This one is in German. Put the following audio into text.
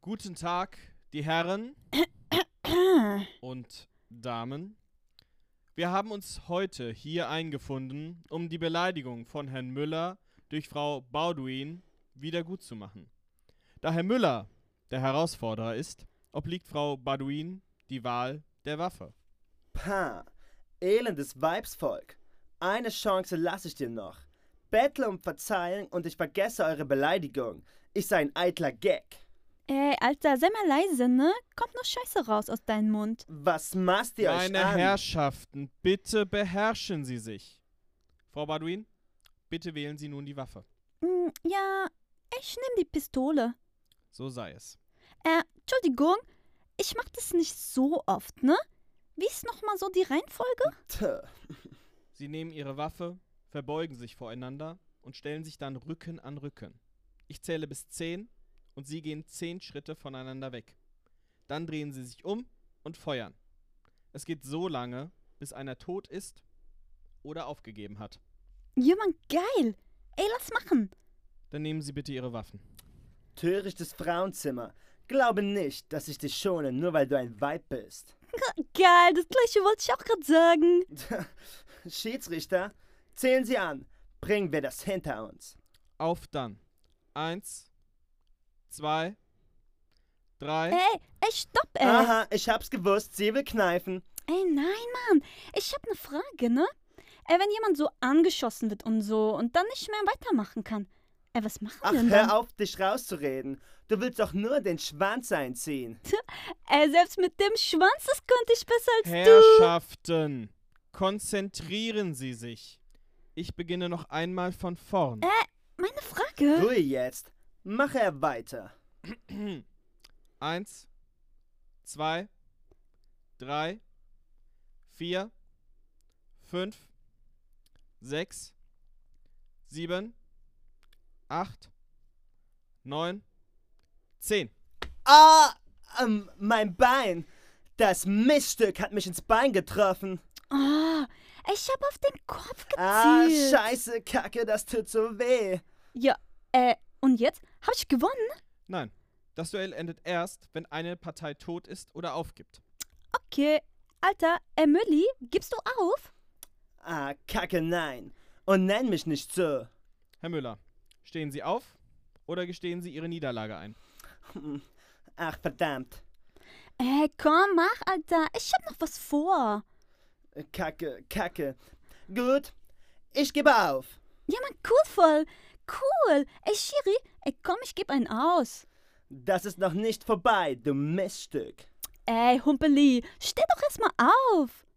Guten Tag, die Herren und Damen. Wir haben uns heute hier eingefunden, um die Beleidigung von Herrn Müller durch Frau Baudouin wiedergutzumachen. Da Herr Müller der Herausforderer ist, obliegt Frau Baudouin die Wahl der Waffe. Pah, elendes Weibsvolk. Eine Chance lasse ich dir noch. Bettle um Verzeihung und ich vergesse eure Beleidigung. Ich sei ein eitler Gag. Ey, Äh, Alter, sei mal leise, ne? Kommt nur Scheiße raus aus deinem Mund. Was maßt ihr euch Meine an? Herrschaften, bitte beherrschen Sie sich. Frau Baudouin, bitte wählen Sie nun die Waffe. Hm, ja, ich nehme die Pistole. So sei es. Äh, Entschuldigung, ich mach das nicht so oft, ne? Wie ist nochmal so die Reihenfolge? Tö, Sie nehmen ihre Waffe, verbeugen sich voreinander und stellen sich dann Rücken an Rücken. Ich zähle bis 10 und sie gehen 10 Schritte voneinander weg. Dann drehen sie sich um und feuern. Es geht so lange, bis einer tot ist oder aufgegeben hat. Jemand geil. Ey, lass machen. Dann nehmen Sie bitte Ihre Waffen. Törichtes Frauenzimmer. Glaube nicht, dass ich dich schone, nur weil du ein Weib bist. Geil, das gleiche wollte ich auch gerade sagen. Schiedsrichter, zählen Sie an. Bringen wir das hinter uns. Auf dann. Eins, zwei, drei. Ey, ey, stopp, ey. Aha, ich hab's gewusst, sie will kneifen. Ey, nein, Mann. Ich hab ne Frage, ne? Ey, wenn jemand so angeschossen wird und so und dann nicht mehr weitermachen kann. Ey, was machen Ach, denn dann? hör auf, dich rauszureden. Du willst doch nur den Schwanz einziehen. Ey, selbst mit dem Schwanz, das könnte ich besser als du. Herrschaften, konzentrieren Sie sich. Ich beginne noch einmal von vorn. Meine Frage. Ruhe jetzt. Mach er weiter. Eins, zwei, drei, vier, fünf, sechs, sieben, acht, neun, zehn. Ah, ähm, mein Bein. Das Miststück hat mich ins Bein getroffen. Ah, ich hab auf den Kopf Ah, gezielt. scheiße, Kacke, das tut so weh. ja, äh, und jetzt? Hab ich gewonnen? Nein, das Duell endet erst, wenn eine Partei tot ist oder aufgibt. Okay. Alter, äh, Mülli, gibst du auf? Ah, Kacke, nein. Und nenn mich nicht so. Herr Müller, stehen Sie auf oder gestehen Sie Ihre Niederlage ein? Ach, verdammt. Ey, Äh, komm, mach, Alter. Ich hab noch was vor. Kacke, Kacke. Gut, ich gebe auf. Ja, Mann, cool voll. Cool. Ey, Shiri, ey, komm, ich geb einen aus. Das ist noch nicht vorbei, du Miststück. Ey, Humpeli, steh doch erstmal auf.